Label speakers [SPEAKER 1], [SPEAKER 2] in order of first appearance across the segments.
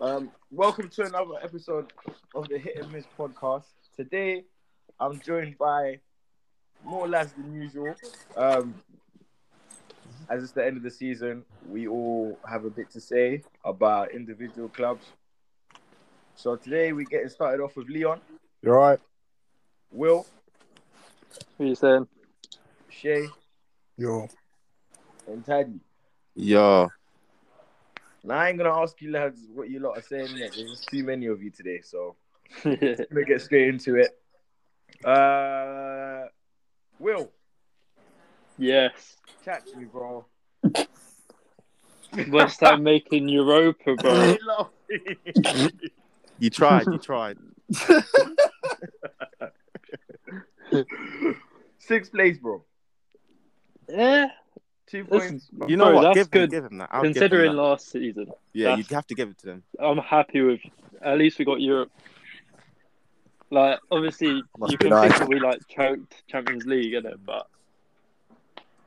[SPEAKER 1] Um, welcome to another episode of the Hit and Miss podcast. Today, I'm joined by more lads than usual. Um, as it's the end of the season, we all have a bit to say about individual clubs. So today, we're getting started off with Leon,
[SPEAKER 2] You're right.
[SPEAKER 1] Will,
[SPEAKER 3] What are you saying?
[SPEAKER 1] Shay,
[SPEAKER 2] Yo.
[SPEAKER 1] and Taddy.
[SPEAKER 4] Yeah.
[SPEAKER 1] Now, I ain't gonna ask you lads what you lot are saying yet. There's just too many of you today, so gonna get straight into it. Uh, Will,
[SPEAKER 3] yes.
[SPEAKER 1] chat to me, bro.
[SPEAKER 3] West Ham making Europa, bro.
[SPEAKER 4] You tried, you tried.
[SPEAKER 1] Sixth place, bro.
[SPEAKER 3] yeah.
[SPEAKER 1] Two
[SPEAKER 3] Listen,
[SPEAKER 1] points.
[SPEAKER 4] You know
[SPEAKER 3] Bro,
[SPEAKER 4] what?
[SPEAKER 3] that's
[SPEAKER 4] Give,
[SPEAKER 3] good.
[SPEAKER 4] give him that. I'll give him
[SPEAKER 3] Considering
[SPEAKER 4] that.
[SPEAKER 3] last season,
[SPEAKER 4] Yeah,
[SPEAKER 3] that's-
[SPEAKER 4] you'd have to give it to them.
[SPEAKER 3] I'm happy with. At least we got Europe. Like, obviously,
[SPEAKER 4] Must
[SPEAKER 3] you
[SPEAKER 4] be
[SPEAKER 3] can
[SPEAKER 4] nice.
[SPEAKER 3] think that we like choked Champions League, in it, but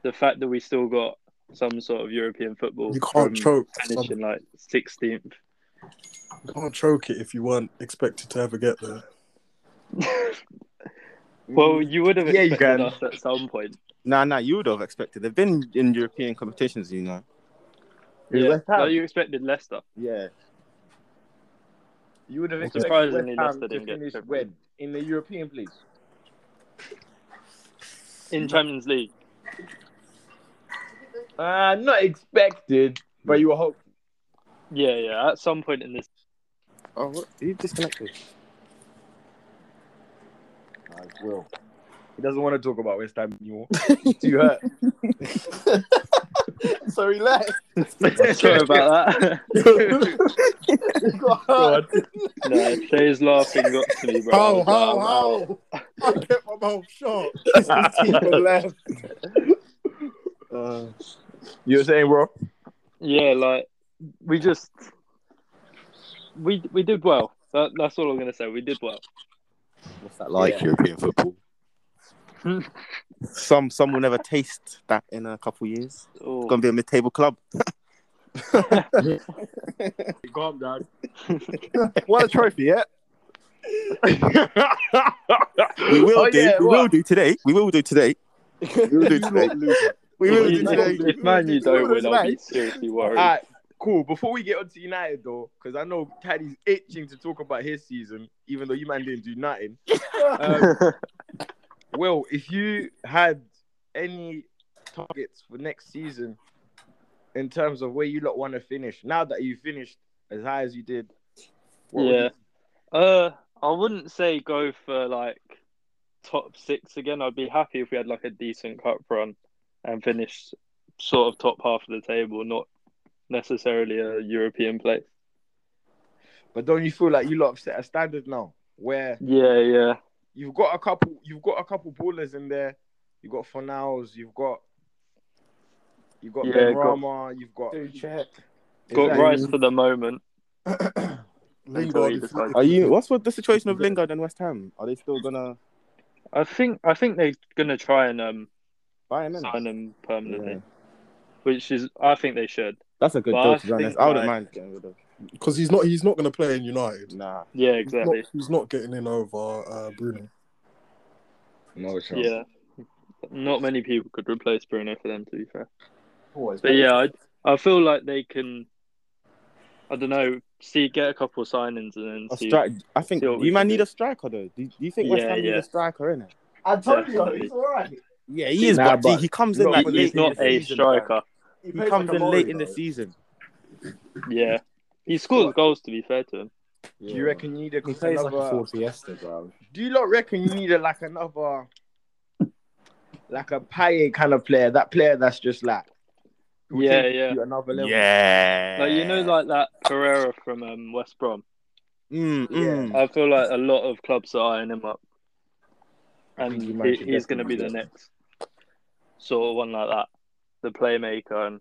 [SPEAKER 3] the fact that we still got some sort of European football,
[SPEAKER 2] You can't
[SPEAKER 3] from
[SPEAKER 2] choke.
[SPEAKER 3] finishing like 16th.
[SPEAKER 2] You can't choke it if you weren't expected to ever get there.
[SPEAKER 1] Mm-hmm.
[SPEAKER 3] well, you would have
[SPEAKER 1] Mm. Yeah, you
[SPEAKER 3] expected
[SPEAKER 1] can.
[SPEAKER 3] us at some point.
[SPEAKER 4] Nah, nah, you would have expected. They've been in European competitions, you know.
[SPEAKER 1] Yeah,
[SPEAKER 3] Yeah.
[SPEAKER 1] West Ham.
[SPEAKER 3] No, you expected Leicester.
[SPEAKER 4] Yeah.
[SPEAKER 1] you would have
[SPEAKER 2] It's
[SPEAKER 1] expected
[SPEAKER 3] surprisingly
[SPEAKER 1] West Ham
[SPEAKER 3] Leicester
[SPEAKER 1] to
[SPEAKER 3] didn't get
[SPEAKER 1] finish
[SPEAKER 3] Champions
[SPEAKER 1] when in the European place.
[SPEAKER 3] in Champions League.
[SPEAKER 1] Uh, not expected, but you were hoping.
[SPEAKER 3] Yeah, yeah. At some point in this,
[SPEAKER 4] Oh, what? Are you disconnected?
[SPEAKER 1] I will. He doesn't want to talk about West Ham anymore. Too hurt.
[SPEAKER 2] so he left.
[SPEAKER 3] sorry about that.
[SPEAKER 1] God.
[SPEAKER 3] no, Shay's laughing got to me,
[SPEAKER 2] How,
[SPEAKER 3] bro. I was like, I'm out.
[SPEAKER 2] how, how? I kept my mouth shut. He left. Uh,
[SPEAKER 1] You were saying, bro?
[SPEAKER 3] Yeah, like we just we we did well. That, that's all I'm gonna say. We did well.
[SPEAKER 4] What's that like,
[SPEAKER 1] Yeah.
[SPEAKER 4] European football? some some will never taste that in a couple years.
[SPEAKER 3] Oh.
[SPEAKER 4] It's gonna be a mid-table club.
[SPEAKER 1] Calm down.
[SPEAKER 4] What a trophy, yeah. we will
[SPEAKER 1] Oh,
[SPEAKER 4] do.
[SPEAKER 1] yeah,
[SPEAKER 4] we will
[SPEAKER 1] what?
[SPEAKER 4] do today. We will do today. We will do today. we will
[SPEAKER 3] If,
[SPEAKER 4] do
[SPEAKER 3] you-
[SPEAKER 4] today.
[SPEAKER 3] if man, you don't win, I'll be
[SPEAKER 4] Tonight.
[SPEAKER 3] seriously worried.
[SPEAKER 1] All right, cool. Before we get on to United, though, because I know Taddy's itching to talk about his season, even though you man didn't do nothing. Um, Will, if you had any targets for next season in terms of where you lot want to finish, now that you finished as high as you did, what would
[SPEAKER 3] yeah.
[SPEAKER 1] you-
[SPEAKER 3] Uh, I wouldn't say go for like top six again. I'd be happy if we had like a decent cup run and finish sort of top half of the table, not necessarily a European place.
[SPEAKER 1] but don't you feel like you lot have set a standard now where
[SPEAKER 3] Yeah, yeah,
[SPEAKER 1] you've got a couple, you've got a couple ballers in there, you've got Fornals, you've got, you've got
[SPEAKER 3] Yeah,
[SPEAKER 1] Ben
[SPEAKER 3] got-
[SPEAKER 1] Rama, you've got
[SPEAKER 2] check.
[SPEAKER 3] got
[SPEAKER 1] Exactly.
[SPEAKER 3] Rice for the moment.
[SPEAKER 2] Lingard, if-
[SPEAKER 3] Are
[SPEAKER 4] Are you? What's with the situation of Lingard and West Ham? Are they still gonna
[SPEAKER 3] I think I think they're gonna try and um
[SPEAKER 4] buy him? in?
[SPEAKER 3] sign him permanently,
[SPEAKER 4] Yeah.
[SPEAKER 3] which is I think they should.
[SPEAKER 4] That's a good
[SPEAKER 3] But
[SPEAKER 4] deal,
[SPEAKER 3] I
[SPEAKER 4] to be honest.
[SPEAKER 3] think,
[SPEAKER 4] I wouldn't
[SPEAKER 3] like-
[SPEAKER 4] mind getting rid of.
[SPEAKER 2] because he's not he's not going to play in United.
[SPEAKER 4] Nah.
[SPEAKER 3] Yeah,
[SPEAKER 2] He's not-
[SPEAKER 3] exactly.
[SPEAKER 2] He's not getting in over uh, Bruno.
[SPEAKER 1] no chance.
[SPEAKER 3] Yeah, not many people could replace Bruno for them. To be fair.
[SPEAKER 5] Oh,
[SPEAKER 3] But yeah, I, I feel like they can. I don't know. See, get a couple of signings and then
[SPEAKER 4] A
[SPEAKER 3] see.
[SPEAKER 4] strike. I think
[SPEAKER 3] see what we
[SPEAKER 4] you might
[SPEAKER 3] can
[SPEAKER 4] need
[SPEAKER 3] do.
[SPEAKER 4] a striker though. Do, do you think West
[SPEAKER 3] Yeah,
[SPEAKER 4] Ham
[SPEAKER 3] yeah.
[SPEAKER 4] need a striker in it?
[SPEAKER 5] I told you,
[SPEAKER 3] Definitely.
[SPEAKER 5] he's alright.
[SPEAKER 4] Yeah, he is,
[SPEAKER 1] Nah,
[SPEAKER 4] but, gee,
[SPEAKER 1] but
[SPEAKER 4] he comes
[SPEAKER 1] he's
[SPEAKER 4] in
[SPEAKER 1] not-
[SPEAKER 4] like
[SPEAKER 1] he's
[SPEAKER 4] late.
[SPEAKER 3] He's not
[SPEAKER 4] in the
[SPEAKER 3] a
[SPEAKER 4] season, fam.
[SPEAKER 3] striker.
[SPEAKER 4] He comes in late in the season.
[SPEAKER 3] Yeah, he scores goals. To be fair to him,
[SPEAKER 1] Do you reckon you need a, another?
[SPEAKER 5] Fiesta, bro.
[SPEAKER 1] do you not reckon you need a like another, like a Paye kind of player? That player that's just like, who
[SPEAKER 3] Yeah,
[SPEAKER 1] takes you
[SPEAKER 3] yeah.
[SPEAKER 1] to another level.
[SPEAKER 4] Yeah.
[SPEAKER 3] like you know, like that Pereira from um, West Brom.
[SPEAKER 4] Mm, mm.
[SPEAKER 3] I feel like a lot of clubs are eyeing him up,
[SPEAKER 1] I
[SPEAKER 3] and
[SPEAKER 1] think you
[SPEAKER 3] he,
[SPEAKER 1] managed to
[SPEAKER 3] he's going to be
[SPEAKER 1] definitely
[SPEAKER 3] the
[SPEAKER 1] do
[SPEAKER 3] next sort of one like that, the playmaker, and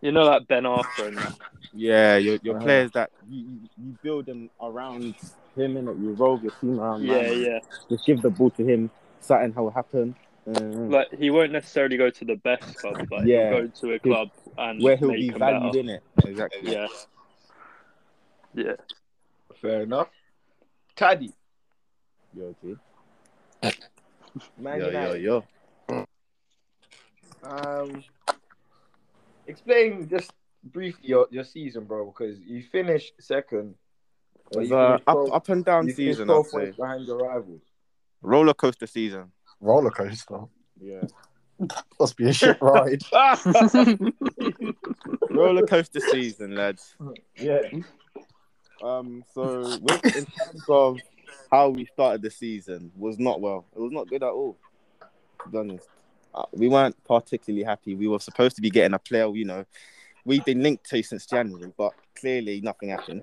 [SPEAKER 3] you know, like Ben Arthur. And that.
[SPEAKER 4] Yeah, your, your
[SPEAKER 1] Uh-huh.
[SPEAKER 4] players that you, you- you build them around him and you roll your team around.
[SPEAKER 3] Yeah,
[SPEAKER 4] Oh, man.
[SPEAKER 3] yeah.
[SPEAKER 4] Just give the ball to him. Something will happen. Mm.
[SPEAKER 3] Like he won't necessarily go to the best club, but
[SPEAKER 4] Yeah.
[SPEAKER 3] he'll go to a club and
[SPEAKER 4] where he'll
[SPEAKER 3] make
[SPEAKER 4] be
[SPEAKER 3] him
[SPEAKER 4] valued
[SPEAKER 3] better.
[SPEAKER 4] in it. Exactly.
[SPEAKER 3] Yeah. Yeah.
[SPEAKER 1] Fair enough. Taddy.
[SPEAKER 6] Yo, G.
[SPEAKER 1] Man
[SPEAKER 4] Yo, yo,
[SPEAKER 1] United.
[SPEAKER 4] yo.
[SPEAKER 1] Um, explain just briefly your, your season, bro, because you finished second.
[SPEAKER 4] It
[SPEAKER 1] but
[SPEAKER 4] was
[SPEAKER 1] you
[SPEAKER 4] a
[SPEAKER 1] finished
[SPEAKER 4] up,
[SPEAKER 1] twelve-
[SPEAKER 4] up and down
[SPEAKER 1] you finished
[SPEAKER 4] season, I'd
[SPEAKER 1] 12
[SPEAKER 4] say.
[SPEAKER 1] points behind your rivals.
[SPEAKER 4] Roller coaster season.
[SPEAKER 2] Roller coaster.
[SPEAKER 6] Yeah.
[SPEAKER 2] Must be a shit ride.
[SPEAKER 4] Roller coaster season, lads.
[SPEAKER 6] Yeah.
[SPEAKER 4] Um, so with, in terms of how we started the season was not well. It was not good at all. To be honest, uh, we weren't particularly happy. We were supposed to be getting a player. You know, we've been linked to since January, but clearly nothing happened.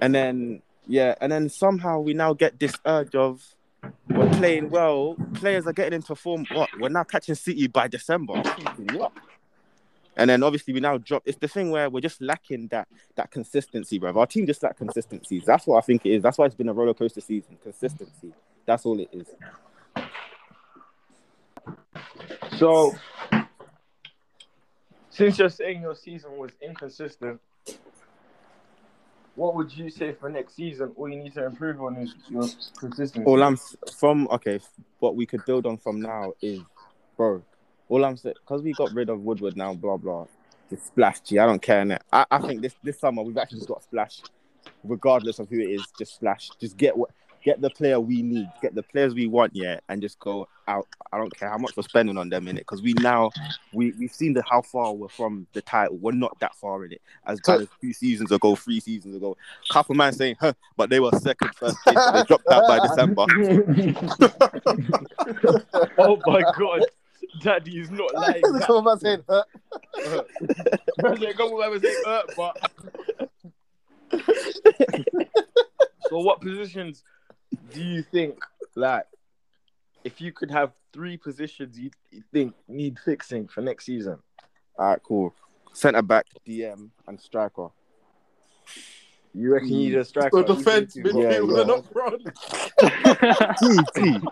[SPEAKER 4] And then yeah, and then somehow we now get this urge of we're playing well. Players are getting into form. What we're now catching City by December. What? And then obviously we now drop. It's the thing where we're just lacking that that consistency, bro. Our team just lack consistency. That's what I think it is. That's why it's been a roller coaster season. Consistency. That's all it is.
[SPEAKER 1] So, since you're saying your season was inconsistent, what would you say for next season? All you need to improve on is your consistency.
[SPEAKER 4] All I'm s- from okay, what we could build on from now is, bro. All I'm saying because we got rid of Woodward now, blah blah. The splash, G. I don't care. Innit? I I think this this summer we've actually just got splash, regardless of who it is. Just splash. Just get what get the player we need, get the players we want, yeah, and just go out. I don't care how much we're spending on them in it because we now we we've seen the how far we're from the title. We're not that far in it. As bad as two seasons ago, three seasons ago, couple man saying, huh, but they were second first. Place, so they dropped out by December.
[SPEAKER 1] oh my god, Daddy is not lying. That-
[SPEAKER 2] Come on, saying, huh?
[SPEAKER 1] Come on, I was saying, uh, but- so, what positions do you think, like, if you could have three positions you, you think need fixing for next season?
[SPEAKER 4] All right, cool. Centre back, DM, and striker.
[SPEAKER 1] You reckon you need
[SPEAKER 4] Hmm.
[SPEAKER 1] a striker?
[SPEAKER 2] So
[SPEAKER 1] at least
[SPEAKER 2] defense,
[SPEAKER 1] two, bro?
[SPEAKER 2] midfield,
[SPEAKER 4] yeah.
[SPEAKER 2] and up front.
[SPEAKER 4] TT.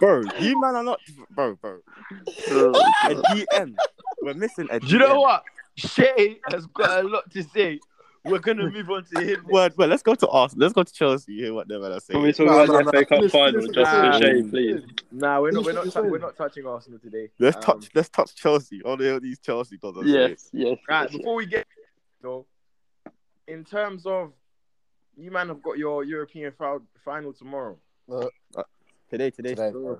[SPEAKER 4] bro, you man are not. Bro, bro. A DM. We're missing a DM.
[SPEAKER 1] Do you know what? Shay has got a lot to say. We're gonna move on to him.
[SPEAKER 4] Word, but let's go to Arsenal. Let's go to Chelsea. You hear what they're gonna say.
[SPEAKER 3] Can we talk
[SPEAKER 2] No,
[SPEAKER 3] about
[SPEAKER 2] no,
[SPEAKER 3] the
[SPEAKER 2] no.
[SPEAKER 3] FA Cup
[SPEAKER 2] Finish,
[SPEAKER 3] final
[SPEAKER 2] finish,
[SPEAKER 3] just for
[SPEAKER 1] finish.
[SPEAKER 3] Shay, please?
[SPEAKER 1] Nah, we're not. We're not.
[SPEAKER 2] He's
[SPEAKER 1] tou-
[SPEAKER 2] insane.
[SPEAKER 1] we're not touching Arsenal today.
[SPEAKER 4] Let's
[SPEAKER 1] Um,
[SPEAKER 4] touch. Let's touch Chelsea. All the all these Chelsea does.
[SPEAKER 3] Yes, yes.
[SPEAKER 1] Right,
[SPEAKER 3] yes.
[SPEAKER 1] before we get though, in terms of you man have got your European fi- final tomorrow.
[SPEAKER 4] Today, today.
[SPEAKER 2] Today.
[SPEAKER 1] Oh,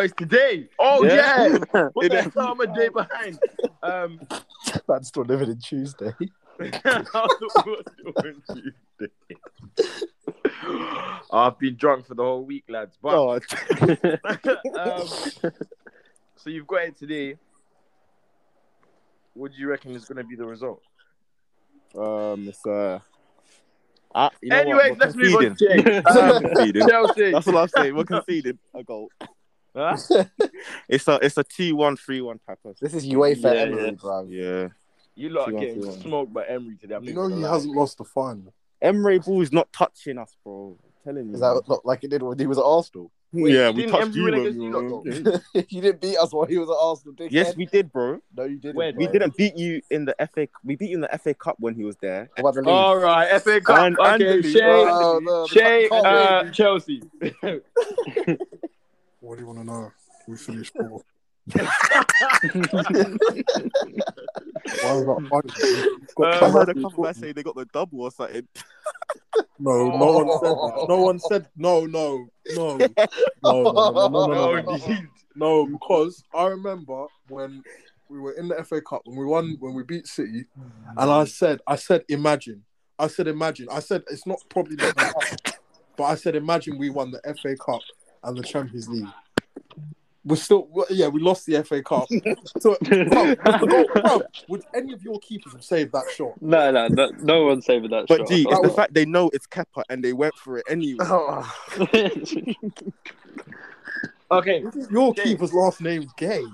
[SPEAKER 1] it's today. Oh
[SPEAKER 4] Yeah.
[SPEAKER 1] yeah. Put that time a day behind. Um,
[SPEAKER 2] That's still living in Tuesday.
[SPEAKER 1] I've been drunk for the whole week, lads. But
[SPEAKER 4] Oh,
[SPEAKER 1] um, so you've got it today. What do you reckon is going to be the result?
[SPEAKER 4] um, it's uh. Ah, you know what?
[SPEAKER 1] Anyways,
[SPEAKER 4] We're
[SPEAKER 1] let's move on.
[SPEAKER 4] conceding.
[SPEAKER 1] to
[SPEAKER 4] We're
[SPEAKER 1] Um,
[SPEAKER 4] conceding.
[SPEAKER 1] Chelsea.
[SPEAKER 4] That's what I'm saying. We're conceding a goal.
[SPEAKER 1] Huh?
[SPEAKER 4] It's a it's a T one three one Papas.
[SPEAKER 2] This is UEFA
[SPEAKER 3] Yeah,
[SPEAKER 2] Emery,
[SPEAKER 3] yeah.
[SPEAKER 2] bro.
[SPEAKER 4] Yeah.
[SPEAKER 1] You lot are
[SPEAKER 4] Two one,
[SPEAKER 1] getting
[SPEAKER 4] two one.
[SPEAKER 1] smoked by Emery today. I'm
[SPEAKER 2] You
[SPEAKER 1] not
[SPEAKER 2] know
[SPEAKER 1] gonna
[SPEAKER 2] he
[SPEAKER 1] lie.
[SPEAKER 2] hasn't lost the fun.
[SPEAKER 4] Emre Ball is not touching us, bro. I'm telling you.
[SPEAKER 2] Is that not like he did when he was at Arsenal?
[SPEAKER 1] Wait,
[SPEAKER 4] yeah, we
[SPEAKER 1] didn't Emery
[SPEAKER 4] touched you.
[SPEAKER 1] win
[SPEAKER 4] when
[SPEAKER 1] against
[SPEAKER 4] we
[SPEAKER 1] you
[SPEAKER 4] were-
[SPEAKER 1] lot,
[SPEAKER 4] Yeah.
[SPEAKER 2] you didn't beat us while he was at Arsenal, dickhead.
[SPEAKER 4] Yes, we did, bro.
[SPEAKER 2] No, you didn't.
[SPEAKER 1] When?
[SPEAKER 2] bro.
[SPEAKER 4] We didn't beat you in the FA. Cu- We beat you in the FA Cup when he was there.
[SPEAKER 2] What about the league?
[SPEAKER 1] All right, FA Cup.
[SPEAKER 4] And- and
[SPEAKER 1] okay,
[SPEAKER 4] the league.
[SPEAKER 1] Shay,
[SPEAKER 2] Oh, no, the
[SPEAKER 1] Shay,
[SPEAKER 2] Cup- Can't
[SPEAKER 1] uh, Chelsea.
[SPEAKER 2] What do you want to know? We finished fourth. Why was that funny?
[SPEAKER 1] Uh,
[SPEAKER 4] I heard a couple guys say they got the double or something.
[SPEAKER 2] No, no one said that. No one said no, no, no, no, no, no, no, no, no,
[SPEAKER 1] No,
[SPEAKER 2] no, no, no.
[SPEAKER 1] indeed.
[SPEAKER 2] No, because I remember when we were in the FA Cup when we won when we beat City, and I said, I said, imagine, I said, imagine, I said, it's not probably, not gonna happen, but I said, imagine we won the FA Cup and the Champions League. We're still, well, yeah, we lost the FA Cup. So, bro, bro, bro, would any of your keepers have saved that shot?
[SPEAKER 3] No, no, no, no one's saving that
[SPEAKER 4] But
[SPEAKER 3] shot.
[SPEAKER 4] gee, it's
[SPEAKER 2] Oh.
[SPEAKER 4] the fact they know it's Kepa and they went for it anyway.
[SPEAKER 1] Okay,
[SPEAKER 2] Your
[SPEAKER 1] Gay.
[SPEAKER 2] keeper's last name's Gay.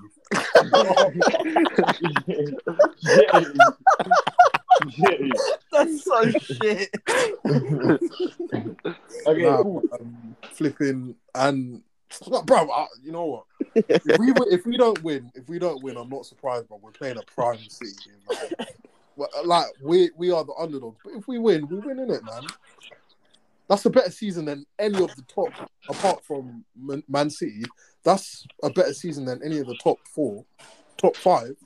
[SPEAKER 4] That's so shit.
[SPEAKER 1] okay,
[SPEAKER 2] Nah,
[SPEAKER 1] cool.
[SPEAKER 2] um, flipping and bro, I, you know what? If we, win- if we don't win, if we don't win, I'm not surprised, but we're playing a prime city. Game, like, Well, uh, Like we we are the underdogs, but if we win, we win in it, man. That's a better season than any of the top, apart from Man, Man City. That's a better season than any of the top four, top five.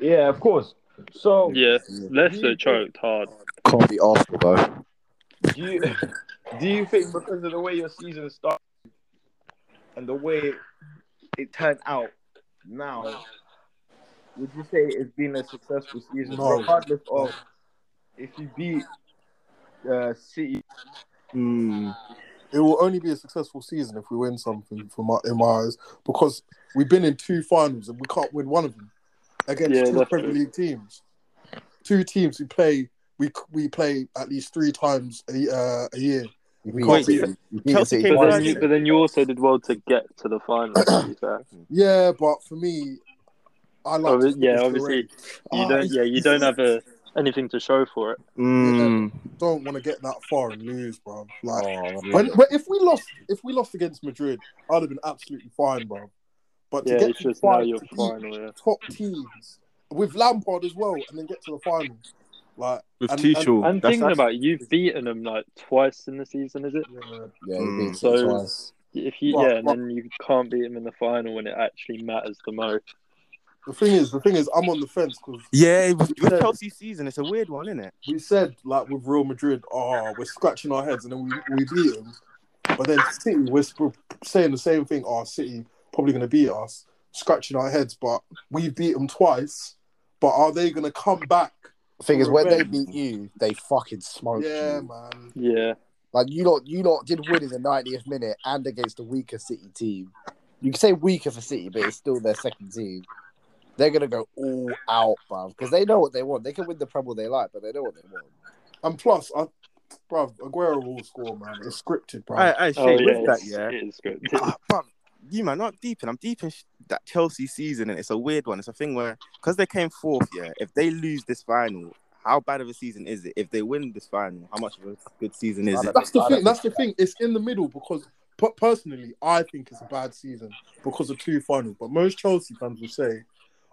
[SPEAKER 6] Yeah, of course. So
[SPEAKER 3] Yeah, Leicester choked hard.
[SPEAKER 4] Can't be Arsenal though.
[SPEAKER 1] Do you do you think because of the way your season started and the way it turned out now, would you say it's been a successful season,
[SPEAKER 2] No.
[SPEAKER 1] regardless of if you beat uh, City? Hmm,
[SPEAKER 2] It will only be a successful season if we win something from my, in my eyes, because we've been in two finals and we can't win one of them against
[SPEAKER 3] Yeah,
[SPEAKER 2] two
[SPEAKER 3] that's
[SPEAKER 2] Premier
[SPEAKER 3] true.
[SPEAKER 2] League teams. Two teams we play we we play at least three times a, uh, a year. We
[SPEAKER 4] Wait,
[SPEAKER 2] can't beat
[SPEAKER 4] you-
[SPEAKER 2] them.
[SPEAKER 4] Chelsea came
[SPEAKER 3] But
[SPEAKER 4] first.
[SPEAKER 3] then, you, but then you also did well to get to the final. to be fair.
[SPEAKER 2] Yeah, but for me, I like.
[SPEAKER 3] Obvi-
[SPEAKER 2] to
[SPEAKER 3] yeah,
[SPEAKER 2] finish the
[SPEAKER 3] obviously
[SPEAKER 2] race.
[SPEAKER 3] you
[SPEAKER 2] Ah,
[SPEAKER 3] don't.
[SPEAKER 2] it's-
[SPEAKER 3] Yeah, you don't have a, anything to show for it.
[SPEAKER 1] hmm.
[SPEAKER 4] Mm.
[SPEAKER 2] Don't want to get that far and lose, bro. Like,
[SPEAKER 4] Oh,
[SPEAKER 2] when, when- if we lost, if we lost against Madrid, I'd have been absolutely fine, bro. But to
[SPEAKER 3] Yeah,
[SPEAKER 2] get
[SPEAKER 3] it's
[SPEAKER 2] to the
[SPEAKER 3] just now
[SPEAKER 2] final,
[SPEAKER 3] you're
[SPEAKER 2] to beat
[SPEAKER 3] final. Yeah.
[SPEAKER 2] top teams with Lampard as well, and then get to the final, like
[SPEAKER 4] with
[SPEAKER 2] and-
[SPEAKER 4] Tuchel.
[SPEAKER 3] I'm
[SPEAKER 4] That's
[SPEAKER 3] thinking
[SPEAKER 4] actually-
[SPEAKER 3] about it, you've beaten them like twice in the season, is it?
[SPEAKER 6] yeah, he beats
[SPEAKER 3] So-
[SPEAKER 6] us twice.
[SPEAKER 3] If you
[SPEAKER 2] Well,
[SPEAKER 3] yeah, and
[SPEAKER 2] well-
[SPEAKER 3] then you can't beat them in the final when it actually matters the most.
[SPEAKER 2] the thing is, the thing is, I'm on the fence because
[SPEAKER 4] Yeah, with, with Chelsea season, it's a weird one, isn't it?
[SPEAKER 2] we said like with Real Madrid, oh, we're scratching our heads, and then we, we beat them. But then City, we're sp- saying the same thing. Oh, City probably going to beat us, scratching our heads. But we beat them twice. But are they going to come back?
[SPEAKER 6] Thing is, when they
[SPEAKER 2] Revenge.
[SPEAKER 6] beat you, they fucking smoked
[SPEAKER 2] Yeah,
[SPEAKER 6] you.
[SPEAKER 2] man.
[SPEAKER 3] Yeah,
[SPEAKER 6] Like you lot, you lot did win in the 90th minute and against the weaker City team. You can say weaker for City, but it's still their second team. They're gonna go all out, bruv, because they know what they want. They can win the Premier they like, but they know what they want.
[SPEAKER 2] And plus, I, bruv, Aguero will score, man. It's scripted, bruv.
[SPEAKER 4] I, I
[SPEAKER 3] oh
[SPEAKER 4] Shane,
[SPEAKER 3] yeah,
[SPEAKER 4] with
[SPEAKER 3] it's-
[SPEAKER 4] that, yeah.
[SPEAKER 3] it is good.
[SPEAKER 4] Ah, bruv, you man, not deep, and I'm deep in sh- that Chelsea season, and it's a weird one. It's a thing where because they came fourth, yeah. If they lose this final, how bad of a season is it? If they win this final, how much of a good season is
[SPEAKER 6] I
[SPEAKER 4] it?
[SPEAKER 6] don't-
[SPEAKER 2] that's the
[SPEAKER 6] I
[SPEAKER 2] thing.
[SPEAKER 6] don't
[SPEAKER 2] That's the thing. It's in the middle because, per- personally, I think it's a bad season because of two finals. But most Chelsea fans will say,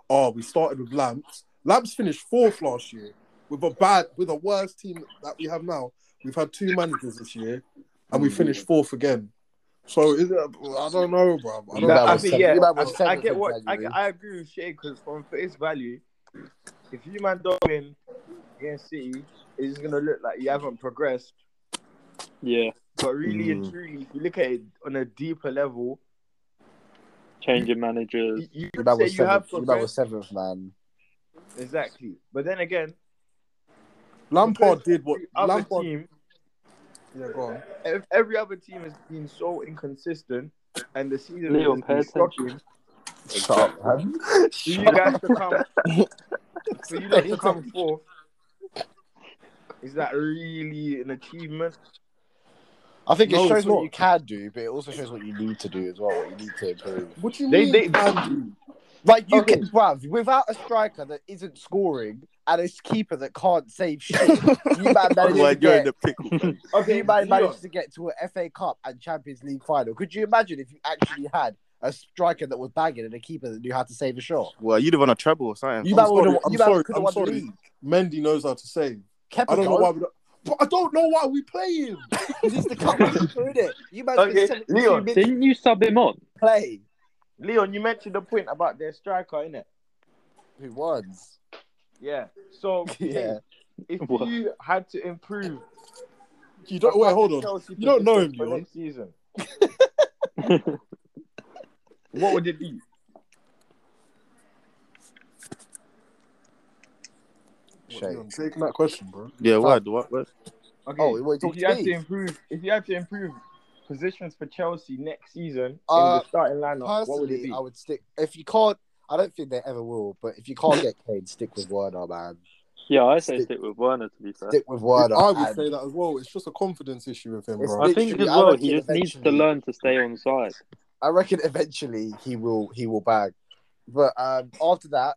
[SPEAKER 2] "Oh, we started with Lamps. Lamps finished fourth last year with a bad, with a worse team that we have now. We've had two managers this year, and we finished fourth again. So is it, I don't know, bro. I
[SPEAKER 6] You
[SPEAKER 2] don't
[SPEAKER 6] man
[SPEAKER 1] I
[SPEAKER 6] was
[SPEAKER 1] think,
[SPEAKER 6] seven-
[SPEAKER 1] yeah,
[SPEAKER 6] you man was
[SPEAKER 1] I, I
[SPEAKER 6] seventh
[SPEAKER 1] get
[SPEAKER 6] in
[SPEAKER 1] what I,
[SPEAKER 6] January.
[SPEAKER 1] I agree with Shay because from face value, if you man don't win against City, it's just gonna look like you haven't progressed.
[SPEAKER 3] Yeah,
[SPEAKER 1] But really
[SPEAKER 6] Mm.
[SPEAKER 1] and truly, if you look at it on a deeper level,
[SPEAKER 3] changing managers.
[SPEAKER 1] you, you
[SPEAKER 6] You
[SPEAKER 1] could
[SPEAKER 6] man
[SPEAKER 1] say
[SPEAKER 6] was
[SPEAKER 1] you have
[SPEAKER 6] seventh. You man was
[SPEAKER 1] progressed.
[SPEAKER 6] seventh, man.
[SPEAKER 1] Exactly. But then again,
[SPEAKER 2] Lampard
[SPEAKER 1] because
[SPEAKER 2] did what
[SPEAKER 1] every other
[SPEAKER 2] Lampard.
[SPEAKER 1] team,
[SPEAKER 2] Yeah, go on.
[SPEAKER 1] ev- every other team has been so inconsistent, and the season has been
[SPEAKER 3] Leon, pay attention.
[SPEAKER 1] shocking.
[SPEAKER 6] Shut up, man.
[SPEAKER 1] For you guys to come, for you guys to come forth, is that really an achievement?
[SPEAKER 6] I think it
[SPEAKER 2] No,
[SPEAKER 6] shows
[SPEAKER 2] it's
[SPEAKER 6] what
[SPEAKER 2] not.
[SPEAKER 6] you can do, but it also shows what you need to do as well. What you need to improve.
[SPEAKER 2] What do you
[SPEAKER 1] They-
[SPEAKER 2] mean?
[SPEAKER 1] they-
[SPEAKER 2] man?
[SPEAKER 6] Like you
[SPEAKER 1] Okay.
[SPEAKER 6] can, bruv, without a striker that isn't scoring and a keeper that can't save shit, you man managed
[SPEAKER 4] Otherwise,
[SPEAKER 6] to
[SPEAKER 4] you're in
[SPEAKER 6] get.
[SPEAKER 4] the pickle. man.
[SPEAKER 1] Okay,
[SPEAKER 6] You man
[SPEAKER 1] Leon,
[SPEAKER 6] managed to get to an FA Cup and Champions League final. Could you imagine if you actually had a striker that was bagging and a keeper that knew how to save a shot?
[SPEAKER 4] well, you'd have won a treble or something.
[SPEAKER 6] You
[SPEAKER 2] I'm
[SPEAKER 6] man would have.
[SPEAKER 2] sorry, I'm
[SPEAKER 6] You man
[SPEAKER 2] sorry,
[SPEAKER 6] could
[SPEAKER 2] I'm
[SPEAKER 6] have won the
[SPEAKER 2] sorry.
[SPEAKER 6] league.
[SPEAKER 2] Mendy knows how to save.
[SPEAKER 6] Kepa
[SPEAKER 2] I don't know
[SPEAKER 6] goes,
[SPEAKER 2] why we don't. But I don't know why we play him.
[SPEAKER 6] because he's the cup keeper, is it? You man
[SPEAKER 1] Okay,
[SPEAKER 6] okay. been
[SPEAKER 1] Leon,
[SPEAKER 6] 72 minutes
[SPEAKER 3] Didn't you sub him on?
[SPEAKER 6] play.
[SPEAKER 1] Leon, you mentioned a point about their striker, innit?
[SPEAKER 6] Who wins?
[SPEAKER 1] Yeah. So
[SPEAKER 6] Yeah.
[SPEAKER 1] if
[SPEAKER 3] What?
[SPEAKER 1] you had to improve,
[SPEAKER 2] You don't wait. Hold on.
[SPEAKER 1] Chelsea
[SPEAKER 2] You don't know him,
[SPEAKER 1] position for
[SPEAKER 2] Leon.
[SPEAKER 1] next season. What would it be?
[SPEAKER 2] What, Leon, Taking that question, bro.
[SPEAKER 4] yeah, what? What? what?
[SPEAKER 1] Okay.
[SPEAKER 6] Oh, what,
[SPEAKER 1] if
[SPEAKER 6] talk
[SPEAKER 1] you
[SPEAKER 6] to
[SPEAKER 1] had to
[SPEAKER 6] me?
[SPEAKER 1] improve, if you had to improve positions for Chelsea next season in
[SPEAKER 6] Uh,
[SPEAKER 1] the starting lineup, what would it
[SPEAKER 6] Personally,
[SPEAKER 1] be?
[SPEAKER 6] I would stick. If you can't, I don't think they ever will. But if you can't get Kane, stick with Werner, man.
[SPEAKER 3] Yeah, I say
[SPEAKER 6] Stick-
[SPEAKER 3] stick with Werner to be fair.
[SPEAKER 6] Stick with Werner.
[SPEAKER 2] I would
[SPEAKER 6] and-
[SPEAKER 2] say that as well. It's just a confidence issue with him,
[SPEAKER 6] uh, It's
[SPEAKER 2] bro.
[SPEAKER 3] I think as
[SPEAKER 6] Literally, I
[SPEAKER 3] well,
[SPEAKER 6] reckon
[SPEAKER 3] he just needs to
[SPEAKER 6] eventually-
[SPEAKER 3] learn to stay on side.
[SPEAKER 6] I reckon eventually he will he will bag. But um, after that,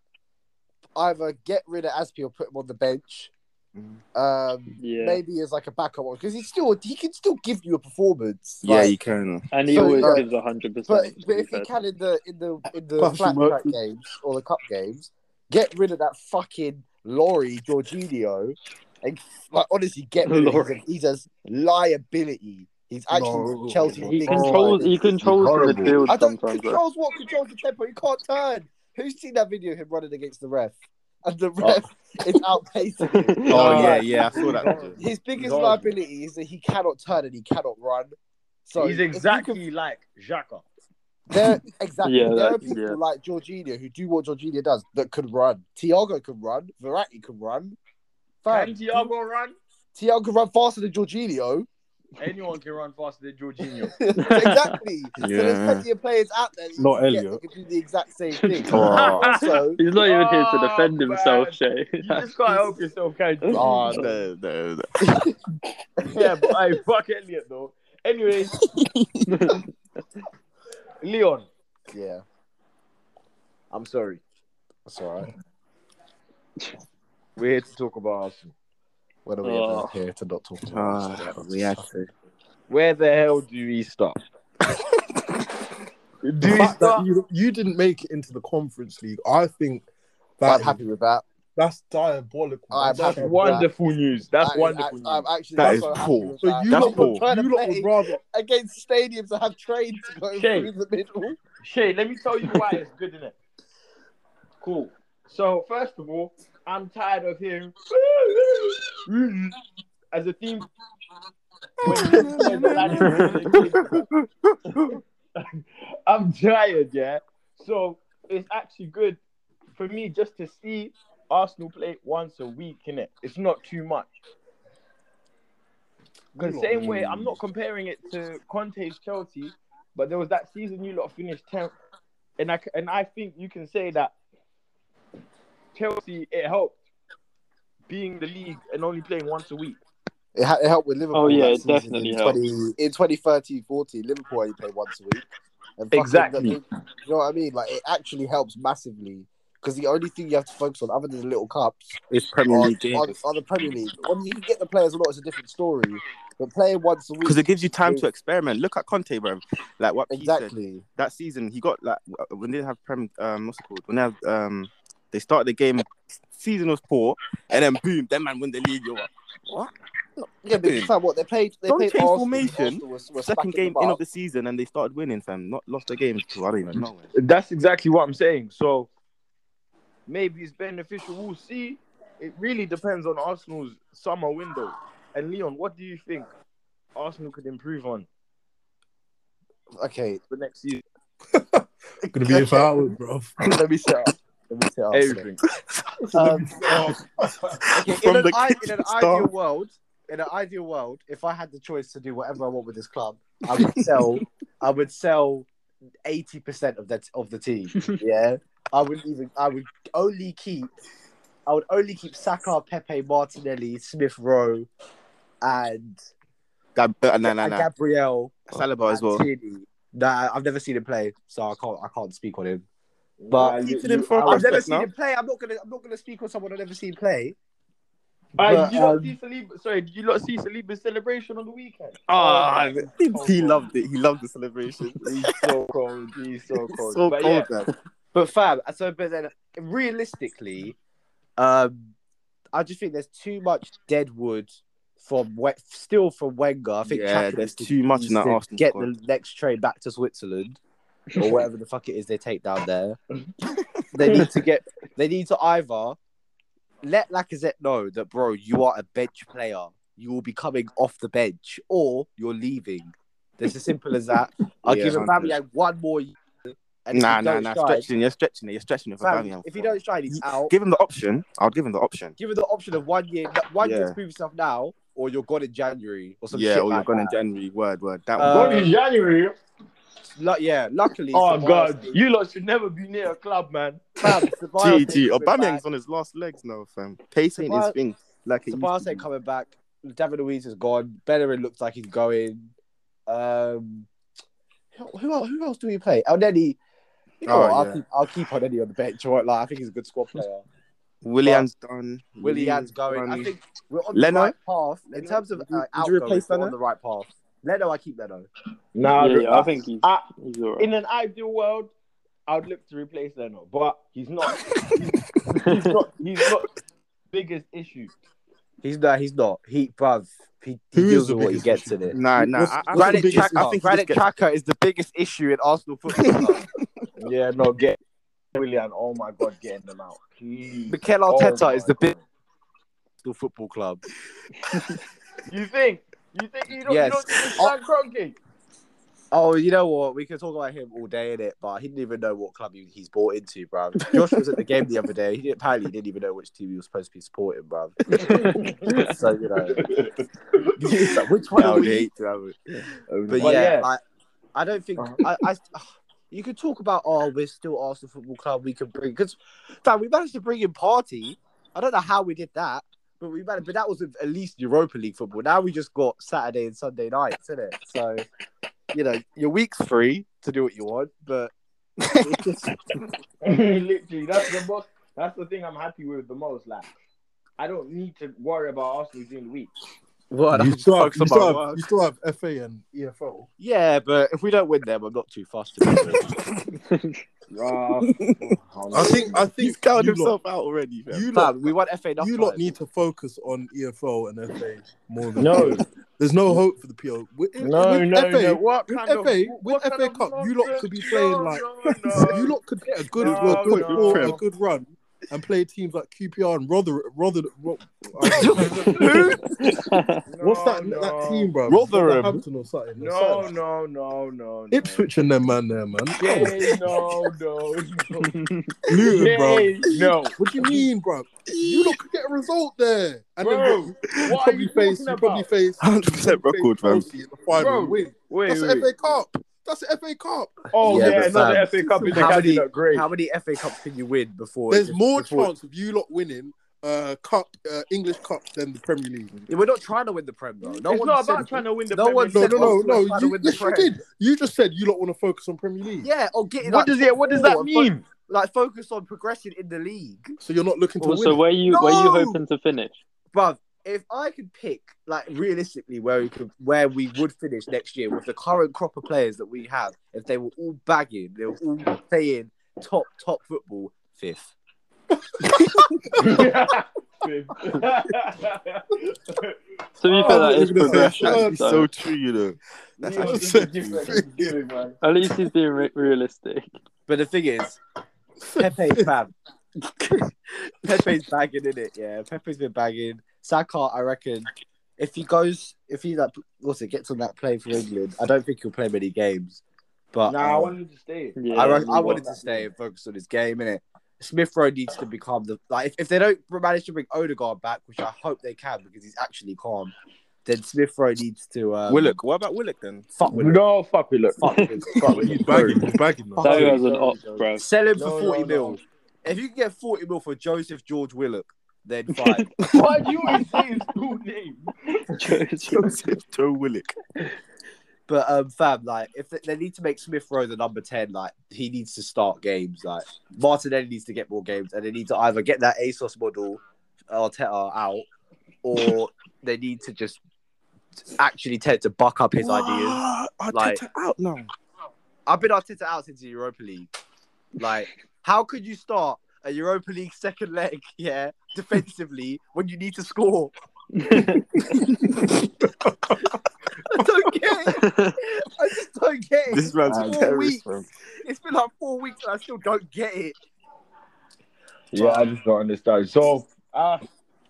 [SPEAKER 6] either get rid of Aspi or put him on the bench.
[SPEAKER 4] Mhm.
[SPEAKER 6] Um,
[SPEAKER 3] Yeah,
[SPEAKER 6] maybe as like a backup one because he still he can still give you a performance.
[SPEAKER 4] Yeah,
[SPEAKER 6] like,
[SPEAKER 4] you can.
[SPEAKER 3] and he
[SPEAKER 6] So,
[SPEAKER 3] always
[SPEAKER 6] uh,
[SPEAKER 3] gives a hundred
[SPEAKER 6] But,
[SPEAKER 3] percent. to
[SPEAKER 6] but
[SPEAKER 3] be
[SPEAKER 6] if he
[SPEAKER 3] fair.
[SPEAKER 6] can in the in the in the
[SPEAKER 2] Plus,
[SPEAKER 6] flat
[SPEAKER 2] you might-
[SPEAKER 6] track games or the cup games, get rid of that fucking Laurie Jorginho. And like honestly, get rid of him.
[SPEAKER 3] Laurie.
[SPEAKER 6] He's a liability. He's actually
[SPEAKER 2] No.
[SPEAKER 6] Chelsea.
[SPEAKER 3] He
[SPEAKER 6] big
[SPEAKER 3] controls.
[SPEAKER 6] time.
[SPEAKER 3] He controls the
[SPEAKER 4] horrible.
[SPEAKER 3] midfield
[SPEAKER 6] I don't
[SPEAKER 3] sometimes. though.
[SPEAKER 6] controls what controls the tempo. He can't turn. Who's seen that video of him running against the ref? And
[SPEAKER 3] Oh.
[SPEAKER 6] the ref is outpacing him.
[SPEAKER 4] Oh
[SPEAKER 6] No.
[SPEAKER 4] yeah, yeah, I saw that. video.
[SPEAKER 6] His biggest
[SPEAKER 1] No.
[SPEAKER 6] liability is that he cannot turn and he cannot run. So
[SPEAKER 1] He's
[SPEAKER 6] if you can-
[SPEAKER 1] exactly like Xhaka.
[SPEAKER 6] there, exactly.
[SPEAKER 3] Yeah,
[SPEAKER 6] there
[SPEAKER 3] that-
[SPEAKER 6] are people
[SPEAKER 3] yeah.
[SPEAKER 6] like Jorginho who do what Jorginho does that could run. Thiago can run. Verratti can run.
[SPEAKER 1] Can
[SPEAKER 6] Fam,
[SPEAKER 1] Thiago run?
[SPEAKER 6] Thiago can run faster than Jorginho.
[SPEAKER 1] Anyone can run faster than Jorginho.
[SPEAKER 6] exactly. So there's
[SPEAKER 4] Yeah.
[SPEAKER 6] plenty of players out there that you
[SPEAKER 2] Not
[SPEAKER 6] can get
[SPEAKER 2] Elliot.
[SPEAKER 6] that can do the exact same thing.
[SPEAKER 4] Oh.
[SPEAKER 6] so
[SPEAKER 3] He's not even here to defend
[SPEAKER 1] Oh,
[SPEAKER 3] himself,
[SPEAKER 1] man.
[SPEAKER 3] Shay.
[SPEAKER 1] You just can't help yourself, can you?
[SPEAKER 6] Oh,
[SPEAKER 4] no, no, no.
[SPEAKER 1] yeah, but I fuck Elliot though. Anyway, Leon,
[SPEAKER 6] yeah,
[SPEAKER 1] I'm sorry.
[SPEAKER 6] that's all right.
[SPEAKER 1] We're here to talk about Arsenal.
[SPEAKER 6] When are we
[SPEAKER 3] Oh.
[SPEAKER 6] ever here to not talk about?
[SPEAKER 4] Ah,
[SPEAKER 6] this?
[SPEAKER 4] we had to.
[SPEAKER 1] Where the hell do we start?
[SPEAKER 2] The
[SPEAKER 1] do we
[SPEAKER 2] fact that
[SPEAKER 1] start?
[SPEAKER 2] you, you didn't make it into the Conference League, I think that
[SPEAKER 6] I'm
[SPEAKER 2] is-
[SPEAKER 6] happy with that.
[SPEAKER 2] that's diabolical.
[SPEAKER 6] I'm
[SPEAKER 2] That's
[SPEAKER 1] That's
[SPEAKER 6] happy
[SPEAKER 2] diabolical.
[SPEAKER 6] with
[SPEAKER 1] wonderful news. That's
[SPEAKER 6] That is
[SPEAKER 1] wonderful
[SPEAKER 6] act- I'm
[SPEAKER 1] news.
[SPEAKER 6] actually
[SPEAKER 4] That
[SPEAKER 6] that's
[SPEAKER 4] is
[SPEAKER 6] what I'm happy
[SPEAKER 4] poor.
[SPEAKER 6] with
[SPEAKER 2] So
[SPEAKER 6] that.
[SPEAKER 2] you
[SPEAKER 4] That's
[SPEAKER 2] lot, would,
[SPEAKER 4] poor.
[SPEAKER 6] Trying to
[SPEAKER 2] you lot
[SPEAKER 6] play
[SPEAKER 2] would rather.
[SPEAKER 6] against stadiums that have trains going
[SPEAKER 1] Shay.
[SPEAKER 6] through the middle.
[SPEAKER 1] Shay, let me tell you why it's good in it. Cool. So first of all, I'm tired of hearing as a theme. I'm tired, yeah. So it's actually good for me just to see Arsenal play once a week, innit? It's not too much. The same way, I'm not comparing it to Conte's Chelsea, but there was that season you lot finished 10th. And I, c- and I think you can say that Chelsea, it helped being the league and only playing once a week.
[SPEAKER 6] It, ha- it helped with Liverpool.
[SPEAKER 3] Oh, yeah,
[SPEAKER 6] that
[SPEAKER 3] it
[SPEAKER 6] season
[SPEAKER 3] definitely
[SPEAKER 6] in,
[SPEAKER 3] helped.
[SPEAKER 6] 20, in 2013 14, Liverpool only played once a week. And fucking-
[SPEAKER 1] Exactly.
[SPEAKER 6] you know what I mean? Like, it actually helps massively because the only thing you have to focus on, other than the little cups,
[SPEAKER 4] It's Premier
[SPEAKER 6] are,
[SPEAKER 4] League games
[SPEAKER 6] are, are the Premier League. When you can get the players or not, it's a different story. But playing once a week.
[SPEAKER 4] because it gives you time
[SPEAKER 6] is-
[SPEAKER 4] to experiment. Look at Conte, bro. Like what he said
[SPEAKER 6] Exactly.
[SPEAKER 4] that season, he got like w- when they didn't have prem. Um, what's it called? When they have um, they started the game. Season was poor, and then boom, them man win the league. Yo, what?
[SPEAKER 6] Yeah, but
[SPEAKER 4] Dude.
[SPEAKER 6] fam, what they played, they
[SPEAKER 4] Don't
[SPEAKER 6] played
[SPEAKER 4] change
[SPEAKER 6] Arsenal.
[SPEAKER 4] formation.
[SPEAKER 6] Arsenal were- were
[SPEAKER 4] Second
[SPEAKER 6] smacking
[SPEAKER 4] game
[SPEAKER 6] them
[SPEAKER 4] in
[SPEAKER 6] up.
[SPEAKER 4] of the season, and they started winning. Fam, not lost the game. So I don't even know.
[SPEAKER 1] That's exactly what I'm saying. So maybe it's beneficial. We'll see. It really depends on Arsenal's summer window. And Leon, what do you think Arsenal could improve on
[SPEAKER 6] Okay,
[SPEAKER 1] for next season?
[SPEAKER 2] Gonna be if I was, bro.
[SPEAKER 6] let me set up. Let me set up.
[SPEAKER 1] Everything.
[SPEAKER 6] Um, Okay,
[SPEAKER 4] From
[SPEAKER 6] in, an,
[SPEAKER 4] the
[SPEAKER 6] i- in an
[SPEAKER 4] start.
[SPEAKER 6] ideal world, in an ideal world, if I had the choice to do whatever I want with this club, I would sell. I would sell eighty percent of that of the team. Yeah, I would even. I would only keep. I would only keep Saka, Pepe, Martinelli, Smith Rowe, and,
[SPEAKER 4] Gab- uh, nah, nah,
[SPEAKER 6] and
[SPEAKER 4] nah.
[SPEAKER 6] Gabriel
[SPEAKER 4] Saliba as well.
[SPEAKER 6] Martini. Nah, I've never seen him play, so I can't. I can't speak on him.
[SPEAKER 1] Nah,
[SPEAKER 6] But
[SPEAKER 1] you-
[SPEAKER 4] Keeping him
[SPEAKER 1] you-
[SPEAKER 4] for-
[SPEAKER 1] I
[SPEAKER 6] I've
[SPEAKER 1] was-
[SPEAKER 6] never
[SPEAKER 4] respect
[SPEAKER 6] seen
[SPEAKER 4] now.
[SPEAKER 6] him play. I'm not gonna. I'm not gonna speak on someone I've never seen play.
[SPEAKER 1] Alright, did
[SPEAKER 6] But,
[SPEAKER 1] uh, you not
[SPEAKER 6] um,
[SPEAKER 1] see Saliba? Sorry, did you not see Saliba's celebration on the weekend?
[SPEAKER 4] Ah, he, he
[SPEAKER 1] Oh.
[SPEAKER 4] loved it. He loved the celebration.
[SPEAKER 1] He's so cold. He's so cold.
[SPEAKER 4] so
[SPEAKER 1] but
[SPEAKER 4] cold,
[SPEAKER 1] yeah,
[SPEAKER 4] man.
[SPEAKER 6] But fam, so but then realistically, um, I just think there's too much dead wood from we- still from Wenger. I think
[SPEAKER 4] Yeah,
[SPEAKER 6] Chapman
[SPEAKER 4] there's
[SPEAKER 6] needs
[SPEAKER 4] too much
[SPEAKER 6] needs
[SPEAKER 4] in that
[SPEAKER 6] to
[SPEAKER 4] Arsenal
[SPEAKER 6] Get
[SPEAKER 4] squad.
[SPEAKER 6] the next train back to Switzerland or whatever the fuck it is they take down there. they need to get. They need to either let Lacazette know that bro, you are a bench player. You will be coming off the bench, or you're leaving. It's as simple as that. I'll
[SPEAKER 4] Yeah,
[SPEAKER 6] give him
[SPEAKER 4] 100.
[SPEAKER 6] one more year. and if
[SPEAKER 4] Nah,
[SPEAKER 6] he
[SPEAKER 4] nah,
[SPEAKER 6] don't
[SPEAKER 4] nah.
[SPEAKER 6] shine-
[SPEAKER 4] Stretching, you're stretching it. You're stretching it for
[SPEAKER 6] Fam,
[SPEAKER 4] Birmingham.
[SPEAKER 6] if he don't shine, he's out.
[SPEAKER 4] give him the option, I'll give him the option.
[SPEAKER 6] Give him the option of one year, one year
[SPEAKER 4] Yeah.
[SPEAKER 6] to prove yourself now, or you're gone in January or some
[SPEAKER 4] yeah,
[SPEAKER 6] shit
[SPEAKER 4] or you're
[SPEAKER 6] like
[SPEAKER 4] gone in
[SPEAKER 6] that.
[SPEAKER 4] January. Word, word. That
[SPEAKER 6] Uh,
[SPEAKER 1] Gone
[SPEAKER 4] one.
[SPEAKER 1] in January.
[SPEAKER 6] Lu- yeah, luckily.
[SPEAKER 1] Oh
[SPEAKER 6] Ceballos-
[SPEAKER 1] god, you lot should never be near a club, man.
[SPEAKER 6] fam, Ceballos
[SPEAKER 4] Gee,
[SPEAKER 6] ain't
[SPEAKER 4] gee.
[SPEAKER 6] coming
[SPEAKER 4] Aubameyang's
[SPEAKER 6] back.
[SPEAKER 4] Oh, on his last legs now, fam. Pace ain't
[SPEAKER 6] Ceballos-
[SPEAKER 4] his thing. Like it used
[SPEAKER 6] Ceballos
[SPEAKER 4] to
[SPEAKER 6] ain't
[SPEAKER 4] be.
[SPEAKER 6] coming back. David Luiz is gone. Bellerin looks like he's going. Um, who, who else? Who else do we play? El Nenny. You know,
[SPEAKER 4] Oh,
[SPEAKER 6] what, I'll
[SPEAKER 4] yeah.
[SPEAKER 6] keep I'll keep on on the bench. I won't lie. I think he's a good squad player.
[SPEAKER 4] Willian's done.
[SPEAKER 6] Willian's going. I
[SPEAKER 4] done.
[SPEAKER 6] think we're on
[SPEAKER 4] Leno?
[SPEAKER 6] the right path in
[SPEAKER 4] Leno?
[SPEAKER 6] terms of
[SPEAKER 4] Would you-
[SPEAKER 6] uh,
[SPEAKER 4] would you
[SPEAKER 6] outgoing.
[SPEAKER 4] replace
[SPEAKER 6] we're
[SPEAKER 4] Leno?
[SPEAKER 6] on the right path. Leno, I keep Leno.
[SPEAKER 1] Nah,
[SPEAKER 3] yeah, yeah, I
[SPEAKER 1] I-
[SPEAKER 3] think he's,
[SPEAKER 1] I-
[SPEAKER 3] he's all right.
[SPEAKER 1] Uh, in an ideal world, I'd look to replace Leno, but he's not. He's not. He's not. biggest issue?
[SPEAKER 6] He's not. He's not. He, bruv, he, he
[SPEAKER 2] Who is
[SPEAKER 6] deals
[SPEAKER 2] the
[SPEAKER 6] with what he
[SPEAKER 2] biggest
[SPEAKER 6] gets
[SPEAKER 2] issue?
[SPEAKER 6] in it.
[SPEAKER 4] Nah, nah.
[SPEAKER 2] What's-
[SPEAKER 4] I, I
[SPEAKER 2] what's the
[SPEAKER 4] think,
[SPEAKER 2] biggest
[SPEAKER 4] I
[SPEAKER 2] part?
[SPEAKER 4] think
[SPEAKER 6] Granit
[SPEAKER 4] Granit Xhaka is the biggest issue in Arsenal football.
[SPEAKER 1] Yeah, no, get Willian. Oh my god, getting them out, please.
[SPEAKER 6] Mikel
[SPEAKER 1] Oh
[SPEAKER 6] Arteta
[SPEAKER 1] my
[SPEAKER 6] is the big
[SPEAKER 1] God.
[SPEAKER 6] Arsenal football club.
[SPEAKER 1] You think? You think you don't?
[SPEAKER 6] Yes.
[SPEAKER 1] You don't think it's Stan Kroenke?
[SPEAKER 6] Oh, you know what? We could talk about him all day in it, but he didn't even know what club he, he's bought into, bruv. Josh was at the game the other day. He didn't, apparently he didn't even know which team he was supposed to be supporting, bruv. so you know, it's like, which one I are would we?
[SPEAKER 4] hate
[SPEAKER 6] bruv? But
[SPEAKER 1] But
[SPEAKER 6] yeah,
[SPEAKER 1] yeah.
[SPEAKER 6] I, I don't think I, I. You could talk about oh, we're still Arsenal Football Club. We can bring because, fam, we managed to bring in Party. I don't know how we did that, but we managed. But that was at least Europa League football. Now we just got Saturday and Sunday nights, isn't it? So, you know, your week's free to do what you want, but it's just
[SPEAKER 1] Literally, that's the most. That's the thing I'm happy with the most. Like, I don't need to worry about Arsenal during the week.
[SPEAKER 6] what
[SPEAKER 2] You
[SPEAKER 6] I'm
[SPEAKER 2] still, have,
[SPEAKER 6] focused
[SPEAKER 2] you,
[SPEAKER 6] on
[SPEAKER 2] still
[SPEAKER 6] my
[SPEAKER 2] have,
[SPEAKER 6] work.
[SPEAKER 2] you still have FA and E EFL.
[SPEAKER 6] Yeah, but if we don't win them, I'm not too fussed. About it.
[SPEAKER 1] Oh,
[SPEAKER 2] I think I
[SPEAKER 4] He's
[SPEAKER 2] think you
[SPEAKER 4] counted
[SPEAKER 2] lot,
[SPEAKER 4] himself out already. fam.
[SPEAKER 2] you lot,
[SPEAKER 6] Fam, we won FA. enough
[SPEAKER 2] you
[SPEAKER 6] times.
[SPEAKER 2] lot need to focus on EFL and FA more than
[SPEAKER 1] no,
[SPEAKER 2] There's no hope for the PL. With,
[SPEAKER 1] no,
[SPEAKER 2] with
[SPEAKER 1] no,
[SPEAKER 2] FA,
[SPEAKER 1] no. What
[SPEAKER 2] with
[SPEAKER 1] kind of
[SPEAKER 2] FA,
[SPEAKER 1] what
[SPEAKER 2] with
[SPEAKER 1] kind
[SPEAKER 2] FA
[SPEAKER 1] of
[SPEAKER 2] Cup, you lot could be playing like
[SPEAKER 1] nonsense? No, no, no.
[SPEAKER 2] you lot could get a good
[SPEAKER 1] No,
[SPEAKER 2] a good
[SPEAKER 1] no.
[SPEAKER 2] draw, a good run, and play teams like QPR and Rother. Rother Ro- what's that
[SPEAKER 1] No,
[SPEAKER 2] that
[SPEAKER 1] no.
[SPEAKER 2] team, bro?
[SPEAKER 4] Rotherham.
[SPEAKER 2] Hampton or something. or
[SPEAKER 1] No,
[SPEAKER 2] something.
[SPEAKER 1] no, no, no. no.
[SPEAKER 2] Ipswich and them man there, man.
[SPEAKER 1] Yay, no, no, no.
[SPEAKER 2] Luton, bro.
[SPEAKER 1] Yay, no.
[SPEAKER 2] What do you mean, bro? You lot could get a result there, and
[SPEAKER 1] Bro,
[SPEAKER 2] then
[SPEAKER 1] what
[SPEAKER 2] you
[SPEAKER 1] are
[SPEAKER 2] probably
[SPEAKER 1] you
[SPEAKER 2] face
[SPEAKER 1] talking
[SPEAKER 2] you probably
[SPEAKER 1] about?
[SPEAKER 2] face
[SPEAKER 4] 100% record, fam.
[SPEAKER 2] Chelsea in the final
[SPEAKER 1] Bro,
[SPEAKER 2] and win.
[SPEAKER 1] Wait,
[SPEAKER 2] That's the FA Cup. That's the FA Cup.
[SPEAKER 1] Oh
[SPEAKER 6] Yeah,
[SPEAKER 1] yeah,
[SPEAKER 6] but
[SPEAKER 1] another
[SPEAKER 6] fam,
[SPEAKER 1] FA Cup in the
[SPEAKER 6] how
[SPEAKER 1] Caddy
[SPEAKER 6] many-
[SPEAKER 1] look great.
[SPEAKER 6] How many FA Cups can you win before?
[SPEAKER 2] There's more
[SPEAKER 6] before-
[SPEAKER 2] chance of you lot winning uh cup uh, English cup than the Premier League.
[SPEAKER 6] Yeah, We're not trying to win the Prem though. No
[SPEAKER 1] it's
[SPEAKER 6] one
[SPEAKER 1] not
[SPEAKER 6] said-
[SPEAKER 1] about trying to win the
[SPEAKER 6] no
[SPEAKER 1] Premier
[SPEAKER 6] one
[SPEAKER 1] League.
[SPEAKER 2] No,
[SPEAKER 6] said-
[SPEAKER 2] no, no, no.
[SPEAKER 6] Arsenal trying to
[SPEAKER 2] You,
[SPEAKER 6] win the
[SPEAKER 2] yes, you
[SPEAKER 6] Prem.
[SPEAKER 2] did. You just said you lot want to focus on Premier League.
[SPEAKER 6] Yeah, oh, or getting
[SPEAKER 1] What
[SPEAKER 6] like,
[SPEAKER 1] does it? What does that
[SPEAKER 6] top four and
[SPEAKER 1] mean?
[SPEAKER 6] fo- like focus on progressing in the league,
[SPEAKER 2] So you're not looking to
[SPEAKER 3] also,
[SPEAKER 2] win.
[SPEAKER 3] where you where you
[SPEAKER 6] No!
[SPEAKER 3] hoping to finish?
[SPEAKER 6] bruv. If I could pick, like realistically, where we could, where we would finish next year with the current crop of players that we have, if they were all bagging, they were all playing top top football, fifth.
[SPEAKER 3] To be
[SPEAKER 1] Oh,
[SPEAKER 3] fair, that is
[SPEAKER 2] look at this.
[SPEAKER 4] That
[SPEAKER 3] progression.
[SPEAKER 2] That's
[SPEAKER 4] is
[SPEAKER 3] So.
[SPEAKER 4] so true, you know. That's
[SPEAKER 1] You know,
[SPEAKER 4] actually
[SPEAKER 1] this
[SPEAKER 4] so
[SPEAKER 1] is different. This is different, man.
[SPEAKER 3] At least he's being re- realistic.
[SPEAKER 6] But the thing is, Pepe fam. Pepe's bagging in it, yeah. Pepe's been bagging. Saka, I reckon, if he goes, if he like, also gets on that plane for England, I don't think he'll play many games. But
[SPEAKER 1] Nah, I
[SPEAKER 6] uh,
[SPEAKER 1] wanted to stay.
[SPEAKER 3] Yeah,
[SPEAKER 6] I, reckon- I
[SPEAKER 3] you
[SPEAKER 6] wanted to stay and focus on his game, innit? Smith Rowe needs to become the like if, if they don't manage to bring Odegaard back, which I hope they can because he's actually calm, then Smith Rowe needs to um,
[SPEAKER 4] Willock. What about Willock then?
[SPEAKER 6] Fuck Willock.
[SPEAKER 1] No, fuck it, look.
[SPEAKER 6] Fuck Willock. Fuck
[SPEAKER 2] He's
[SPEAKER 6] Willock.
[SPEAKER 2] bagging. He's bagging.
[SPEAKER 6] Fuck.
[SPEAKER 2] Now.
[SPEAKER 3] That
[SPEAKER 1] Sorry,
[SPEAKER 3] was an
[SPEAKER 1] sorry,
[SPEAKER 3] op,
[SPEAKER 1] sorry.
[SPEAKER 3] bro.
[SPEAKER 6] Sell him
[SPEAKER 1] No,
[SPEAKER 6] for forty
[SPEAKER 1] no,
[SPEAKER 6] mil.
[SPEAKER 1] no.
[SPEAKER 6] If you can get forty mil for Joseph George Willock, then fine.
[SPEAKER 1] Why do you always say his full name?
[SPEAKER 4] Joseph Joe Willock.
[SPEAKER 6] But um, fam, like if they, they need to make Smith Rowe the number ten, like he needs to start games. Like Martinelli needs to get more games, and they need to either get that ASOS model Arteta out, or they need to just actually tend to buck up his ideas.
[SPEAKER 4] I
[SPEAKER 6] Like-
[SPEAKER 4] like, out now.
[SPEAKER 6] I've been Arteta out since the Europa League. Like, how could you start a Europa League second leg, yeah, defensively when you need to score? I don't get it. I just don't get it.
[SPEAKER 4] This man's
[SPEAKER 6] Four
[SPEAKER 4] a terrorist,
[SPEAKER 6] weeks.
[SPEAKER 4] bro.
[SPEAKER 6] It's been like four weeks and I still don't get it.
[SPEAKER 1] Yeah, I just don't understand. So, uh,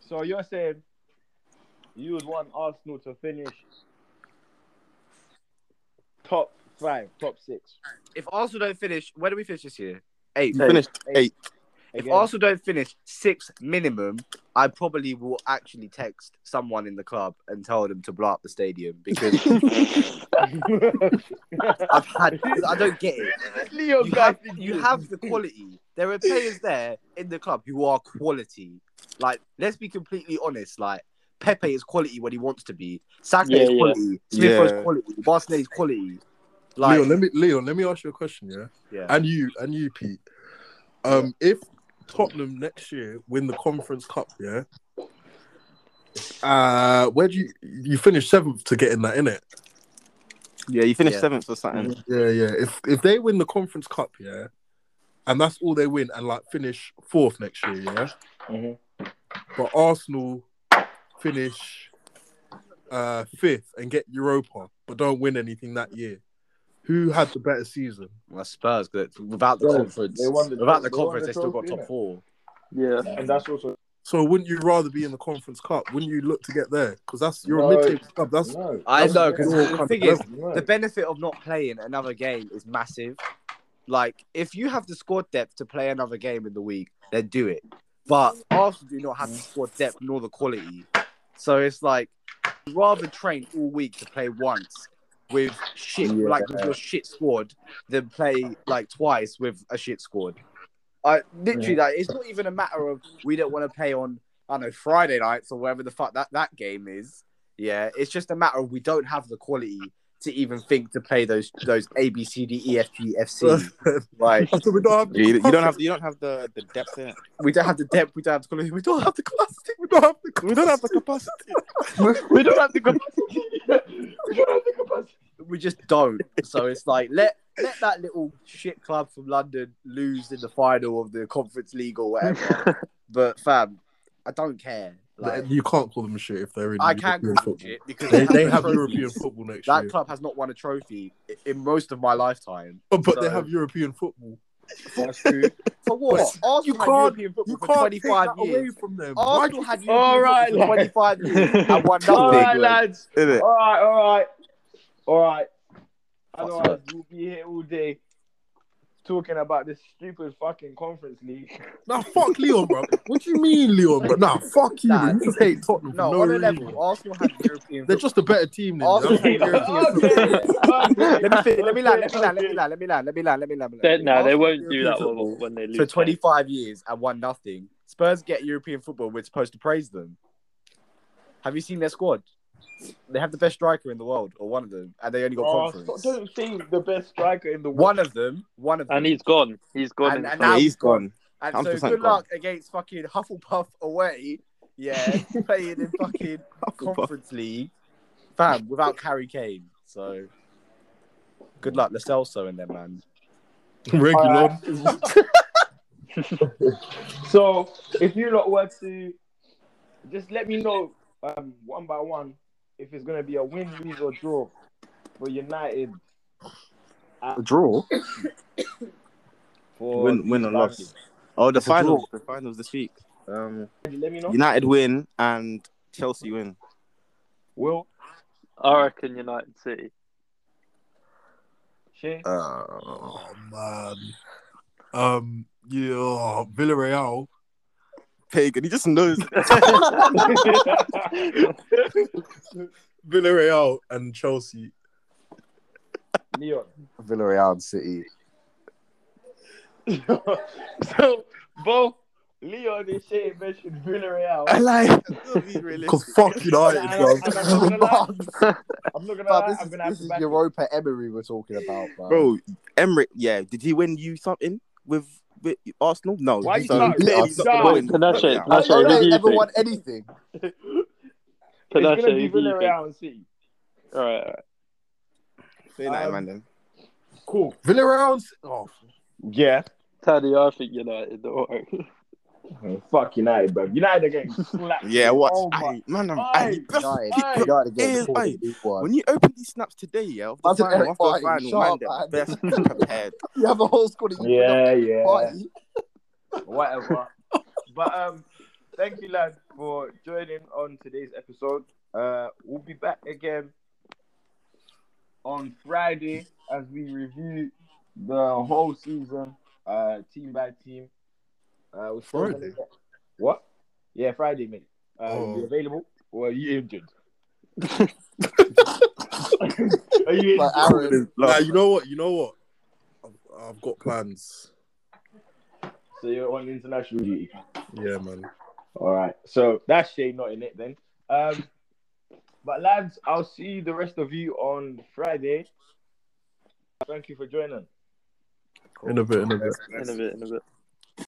[SPEAKER 1] so you're saying you would want Arsenal to finish top five, top six.
[SPEAKER 6] If Arsenal don't finish, where do we finish this year? Eight.
[SPEAKER 4] You finished eight.
[SPEAKER 6] If
[SPEAKER 1] Again.
[SPEAKER 6] Arsenal don't finish six minimum, I probably will actually text someone in the club and tell them to blow up the stadium because I've had. I don't get it.
[SPEAKER 1] Leo
[SPEAKER 6] You
[SPEAKER 1] guy
[SPEAKER 6] have,
[SPEAKER 1] think
[SPEAKER 6] you
[SPEAKER 1] this.
[SPEAKER 6] have the quality. There are players there in the club who are quality. Like, let's be completely honest. Like, Pepe is quality when he wants to be. Saka
[SPEAKER 3] Yeah,
[SPEAKER 6] is
[SPEAKER 3] yeah.
[SPEAKER 6] quality. Smith
[SPEAKER 4] Yeah.
[SPEAKER 6] Rowe's quality. Martinelli's quality. Like,
[SPEAKER 2] Leon, let me Leon, let me ask you a question, yeah?
[SPEAKER 6] Yeah.
[SPEAKER 2] And you and you, Pete. Um, if Tottenham next year win the Conference Cup, yeah. Uh, where do you you finish seventh to get in that in it?
[SPEAKER 4] Yeah, you finished
[SPEAKER 6] Yeah. Mm-hmm.
[SPEAKER 4] seventh or something.
[SPEAKER 2] Yeah, yeah. If if they win the Conference Cup,
[SPEAKER 6] Mm-hmm.
[SPEAKER 2] yeah, and that's all they win, and like finish fourth next year, yeah.
[SPEAKER 1] Mhm.
[SPEAKER 2] but Arsenal finish uh, fifth and get Europa, but don't win anything that year. Who had the better season?
[SPEAKER 6] Well, Spurs, 'cause without the
[SPEAKER 1] Bro,
[SPEAKER 6] conference,
[SPEAKER 1] they won the-
[SPEAKER 6] without the
[SPEAKER 1] they won
[SPEAKER 6] conference,
[SPEAKER 1] the
[SPEAKER 6] they still got
[SPEAKER 1] trophy,
[SPEAKER 6] top
[SPEAKER 1] innit?
[SPEAKER 6] four.
[SPEAKER 3] Yeah.
[SPEAKER 1] and that's also
[SPEAKER 2] So wouldn't you rather be in the Conference Cup? Wouldn't you look to get there? Because that's you're
[SPEAKER 1] No.
[SPEAKER 2] a mid-table club. That's
[SPEAKER 1] no.
[SPEAKER 6] I
[SPEAKER 2] That's
[SPEAKER 6] know
[SPEAKER 2] what
[SPEAKER 6] because
[SPEAKER 2] we're all kind
[SPEAKER 6] the
[SPEAKER 2] of
[SPEAKER 6] thing is,
[SPEAKER 1] no.
[SPEAKER 6] the benefit of not playing another game is massive. Like, if you have the squad depth to play another game in the week, then do it. But Arsenal do not have the squad depth nor the quality, so it's like you'd rather train all week to play once with shit, like with your shit squad, than play like twice with a shit squad. I literally, like, it's not even a matter of we don't want to play on I don't know Friday nights or wherever the fuck that that game is. Yeah, it's just a matter of we don't have the quality to even think to play those those A B C D E F G F C. Like
[SPEAKER 2] So we don't have
[SPEAKER 4] You, you don't have you don't have the, the depth in it.
[SPEAKER 6] we don't have the depth, we don't have the quality, we don't have the capacity.
[SPEAKER 2] we don't have the
[SPEAKER 4] We don't have the capacity.
[SPEAKER 3] We don't have to go.
[SPEAKER 6] We just don't. So it's like let let that little shit club from London lose in the final of the Conference League or whatever. but fam, I don't care. Like,
[SPEAKER 2] you can't call them shit if they're in.
[SPEAKER 6] I can
[SPEAKER 2] European
[SPEAKER 6] call
[SPEAKER 2] football.
[SPEAKER 6] it because
[SPEAKER 2] They, they have
[SPEAKER 6] trophies.
[SPEAKER 2] European football next
[SPEAKER 6] That
[SPEAKER 2] year,
[SPEAKER 6] club has not won a trophy i- in most of my lifetime.
[SPEAKER 2] but they
[SPEAKER 6] so-
[SPEAKER 2] have European football.
[SPEAKER 1] That's true.
[SPEAKER 6] For what? Arsenal
[SPEAKER 2] you
[SPEAKER 6] had
[SPEAKER 2] can't-
[SPEAKER 6] European football
[SPEAKER 2] You
[SPEAKER 6] for
[SPEAKER 2] can't take
[SPEAKER 6] 25
[SPEAKER 2] that
[SPEAKER 6] years.
[SPEAKER 2] away from them. Why
[SPEAKER 6] Arsenal
[SPEAKER 2] do
[SPEAKER 6] had
[SPEAKER 1] All
[SPEAKER 6] European
[SPEAKER 1] right,
[SPEAKER 6] football for 25 years and won nothing.
[SPEAKER 1] all right, lads.
[SPEAKER 4] In it.
[SPEAKER 1] All right, all right, all right. Otherwise, we'll be here all day talking about this stupid fucking conference league.
[SPEAKER 2] Now fuck Leon, bro. What do you mean, Leon, bro? Nah, fuck you.
[SPEAKER 6] Nah,
[SPEAKER 2] man. you just hate Tottenham. for
[SPEAKER 6] No,
[SPEAKER 2] no
[SPEAKER 6] on a
[SPEAKER 2] reason.
[SPEAKER 6] level, Arsenal had European
[SPEAKER 2] They're
[SPEAKER 6] football.
[SPEAKER 2] just a better team. Than
[SPEAKER 6] Arsenal had
[SPEAKER 2] you.
[SPEAKER 6] European football. Let me finish. Let me land. Let me land. Let me land. Let me land. Let me land. Let me land. let me
[SPEAKER 3] They,
[SPEAKER 6] land.
[SPEAKER 3] no, they
[SPEAKER 6] Arsenal
[SPEAKER 3] won't
[SPEAKER 6] had
[SPEAKER 3] do
[SPEAKER 6] European
[SPEAKER 3] that
[SPEAKER 6] football
[SPEAKER 3] one when they lose.
[SPEAKER 6] For 25 years and won nothing. Spurs get European football. We're supposed to praise them. Have you seen their squad? They have the best striker in the world, or one of them, and they only got
[SPEAKER 1] Oh,
[SPEAKER 6] conference.
[SPEAKER 1] don't say the best striker in the world.
[SPEAKER 6] One of them. One of them.
[SPEAKER 3] And he's gone. He's gone.
[SPEAKER 6] And-
[SPEAKER 3] in
[SPEAKER 6] and
[SPEAKER 3] the
[SPEAKER 6] now-
[SPEAKER 4] he's gone.
[SPEAKER 6] And
[SPEAKER 4] I'm
[SPEAKER 6] so
[SPEAKER 4] just
[SPEAKER 6] good
[SPEAKER 4] like, God.
[SPEAKER 6] luck against fucking Hufflepuff away. Yeah, playing in fucking Conference League, fam, without Harry Kane. So good luck, Lo Celso and them man.
[SPEAKER 2] Regulon.
[SPEAKER 1] So, if you lot were to just let me know um, one by one if it's going to be a win, lose, or draw for United.
[SPEAKER 7] draw.
[SPEAKER 1] For
[SPEAKER 4] Win, win or loss. Oh, the
[SPEAKER 7] It's a draw.
[SPEAKER 4] finals. The finals this week. Um,
[SPEAKER 1] Let me know.
[SPEAKER 4] United win and Chelsea win.
[SPEAKER 1] Will,
[SPEAKER 3] I reckon United City.
[SPEAKER 1] Shay,
[SPEAKER 2] Oh man. Um. Yeah. oh, Villarreal.
[SPEAKER 4] Pagan, he just knows.
[SPEAKER 2] Villarreal and Chelsea.
[SPEAKER 1] Leon.
[SPEAKER 7] Villarreal and City.
[SPEAKER 1] so both Leon and Shay mentioned Villarreal.
[SPEAKER 4] I
[SPEAKER 1] And
[SPEAKER 4] like.
[SPEAKER 2] Cause fuck
[SPEAKER 1] I-
[SPEAKER 2] United,
[SPEAKER 1] and
[SPEAKER 2] bro.
[SPEAKER 1] I- and I'm not gonna lie, I'm not gonna
[SPEAKER 7] But
[SPEAKER 1] lie,
[SPEAKER 7] this
[SPEAKER 1] I'm
[SPEAKER 7] is,
[SPEAKER 1] gonna have
[SPEAKER 7] this
[SPEAKER 1] to
[SPEAKER 7] is
[SPEAKER 1] back it.
[SPEAKER 7] Europa Emery we're talking about, bro.
[SPEAKER 4] Bro, Emmerich, yeah, did he win you something with, with Arsenal? No.
[SPEAKER 1] Why you
[SPEAKER 4] so
[SPEAKER 1] not-
[SPEAKER 4] literally
[SPEAKER 1] Nah,
[SPEAKER 4] he's not gonna
[SPEAKER 1] nah.
[SPEAKER 4] win.
[SPEAKER 3] Panache,
[SPEAKER 4] Yeah.
[SPEAKER 7] I
[SPEAKER 3] Panache,
[SPEAKER 7] don't
[SPEAKER 3] who
[SPEAKER 7] know
[SPEAKER 3] do
[SPEAKER 7] if
[SPEAKER 3] you
[SPEAKER 7] ever
[SPEAKER 3] think?
[SPEAKER 7] won anything.
[SPEAKER 1] It's gonna
[SPEAKER 3] Panache,
[SPEAKER 1] be
[SPEAKER 3] who do you think?
[SPEAKER 1] Villarreal and City.
[SPEAKER 3] All right, all right.
[SPEAKER 4] Say that,
[SPEAKER 1] Um,
[SPEAKER 4] man, then.
[SPEAKER 1] Cool.
[SPEAKER 2] Villarreal. and C- Oh,
[SPEAKER 1] Yeah.
[SPEAKER 3] Taddy, I think United. Don't worry.
[SPEAKER 1] Fuck United, bro. United are getting slapped.
[SPEAKER 4] Yeah, what?
[SPEAKER 1] Oh my-
[SPEAKER 4] Aye, man, I'm,
[SPEAKER 1] Aye,
[SPEAKER 4] aye, that's-
[SPEAKER 7] United,
[SPEAKER 4] Aye.
[SPEAKER 7] United again.
[SPEAKER 4] Aye.
[SPEAKER 7] before the big one.
[SPEAKER 4] when you open these snaps today, yeah, of the
[SPEAKER 7] That's an
[SPEAKER 4] final,
[SPEAKER 7] Eric
[SPEAKER 4] after the
[SPEAKER 7] Barty
[SPEAKER 4] final, man,
[SPEAKER 7] shot,
[SPEAKER 4] they're best prepared.
[SPEAKER 7] You have a whole squad of you
[SPEAKER 1] Yeah, yeah.
[SPEAKER 7] party.
[SPEAKER 1] Whatever. but um, thank you, lads, for joining on today's episode. Uh, we'll be back again on Friday as we review the whole season, uh, team by team. Uh, we're still
[SPEAKER 2] Friday?
[SPEAKER 1] What? Yeah, Friday, mate. Uh,
[SPEAKER 2] Oh.
[SPEAKER 1] you available? Or are you injured? are you injured?
[SPEAKER 7] Like Aaron.
[SPEAKER 2] nah, you know what? You know what? I've, I've got plans.
[SPEAKER 1] So you're on international duty.
[SPEAKER 2] Yeah, man.
[SPEAKER 1] All right. So that's Shay not in it then. Um, but lads, I'll see the rest of you on Friday. Thank you for joining.
[SPEAKER 2] In a bit. In a bit.
[SPEAKER 3] In a bit, in a bit.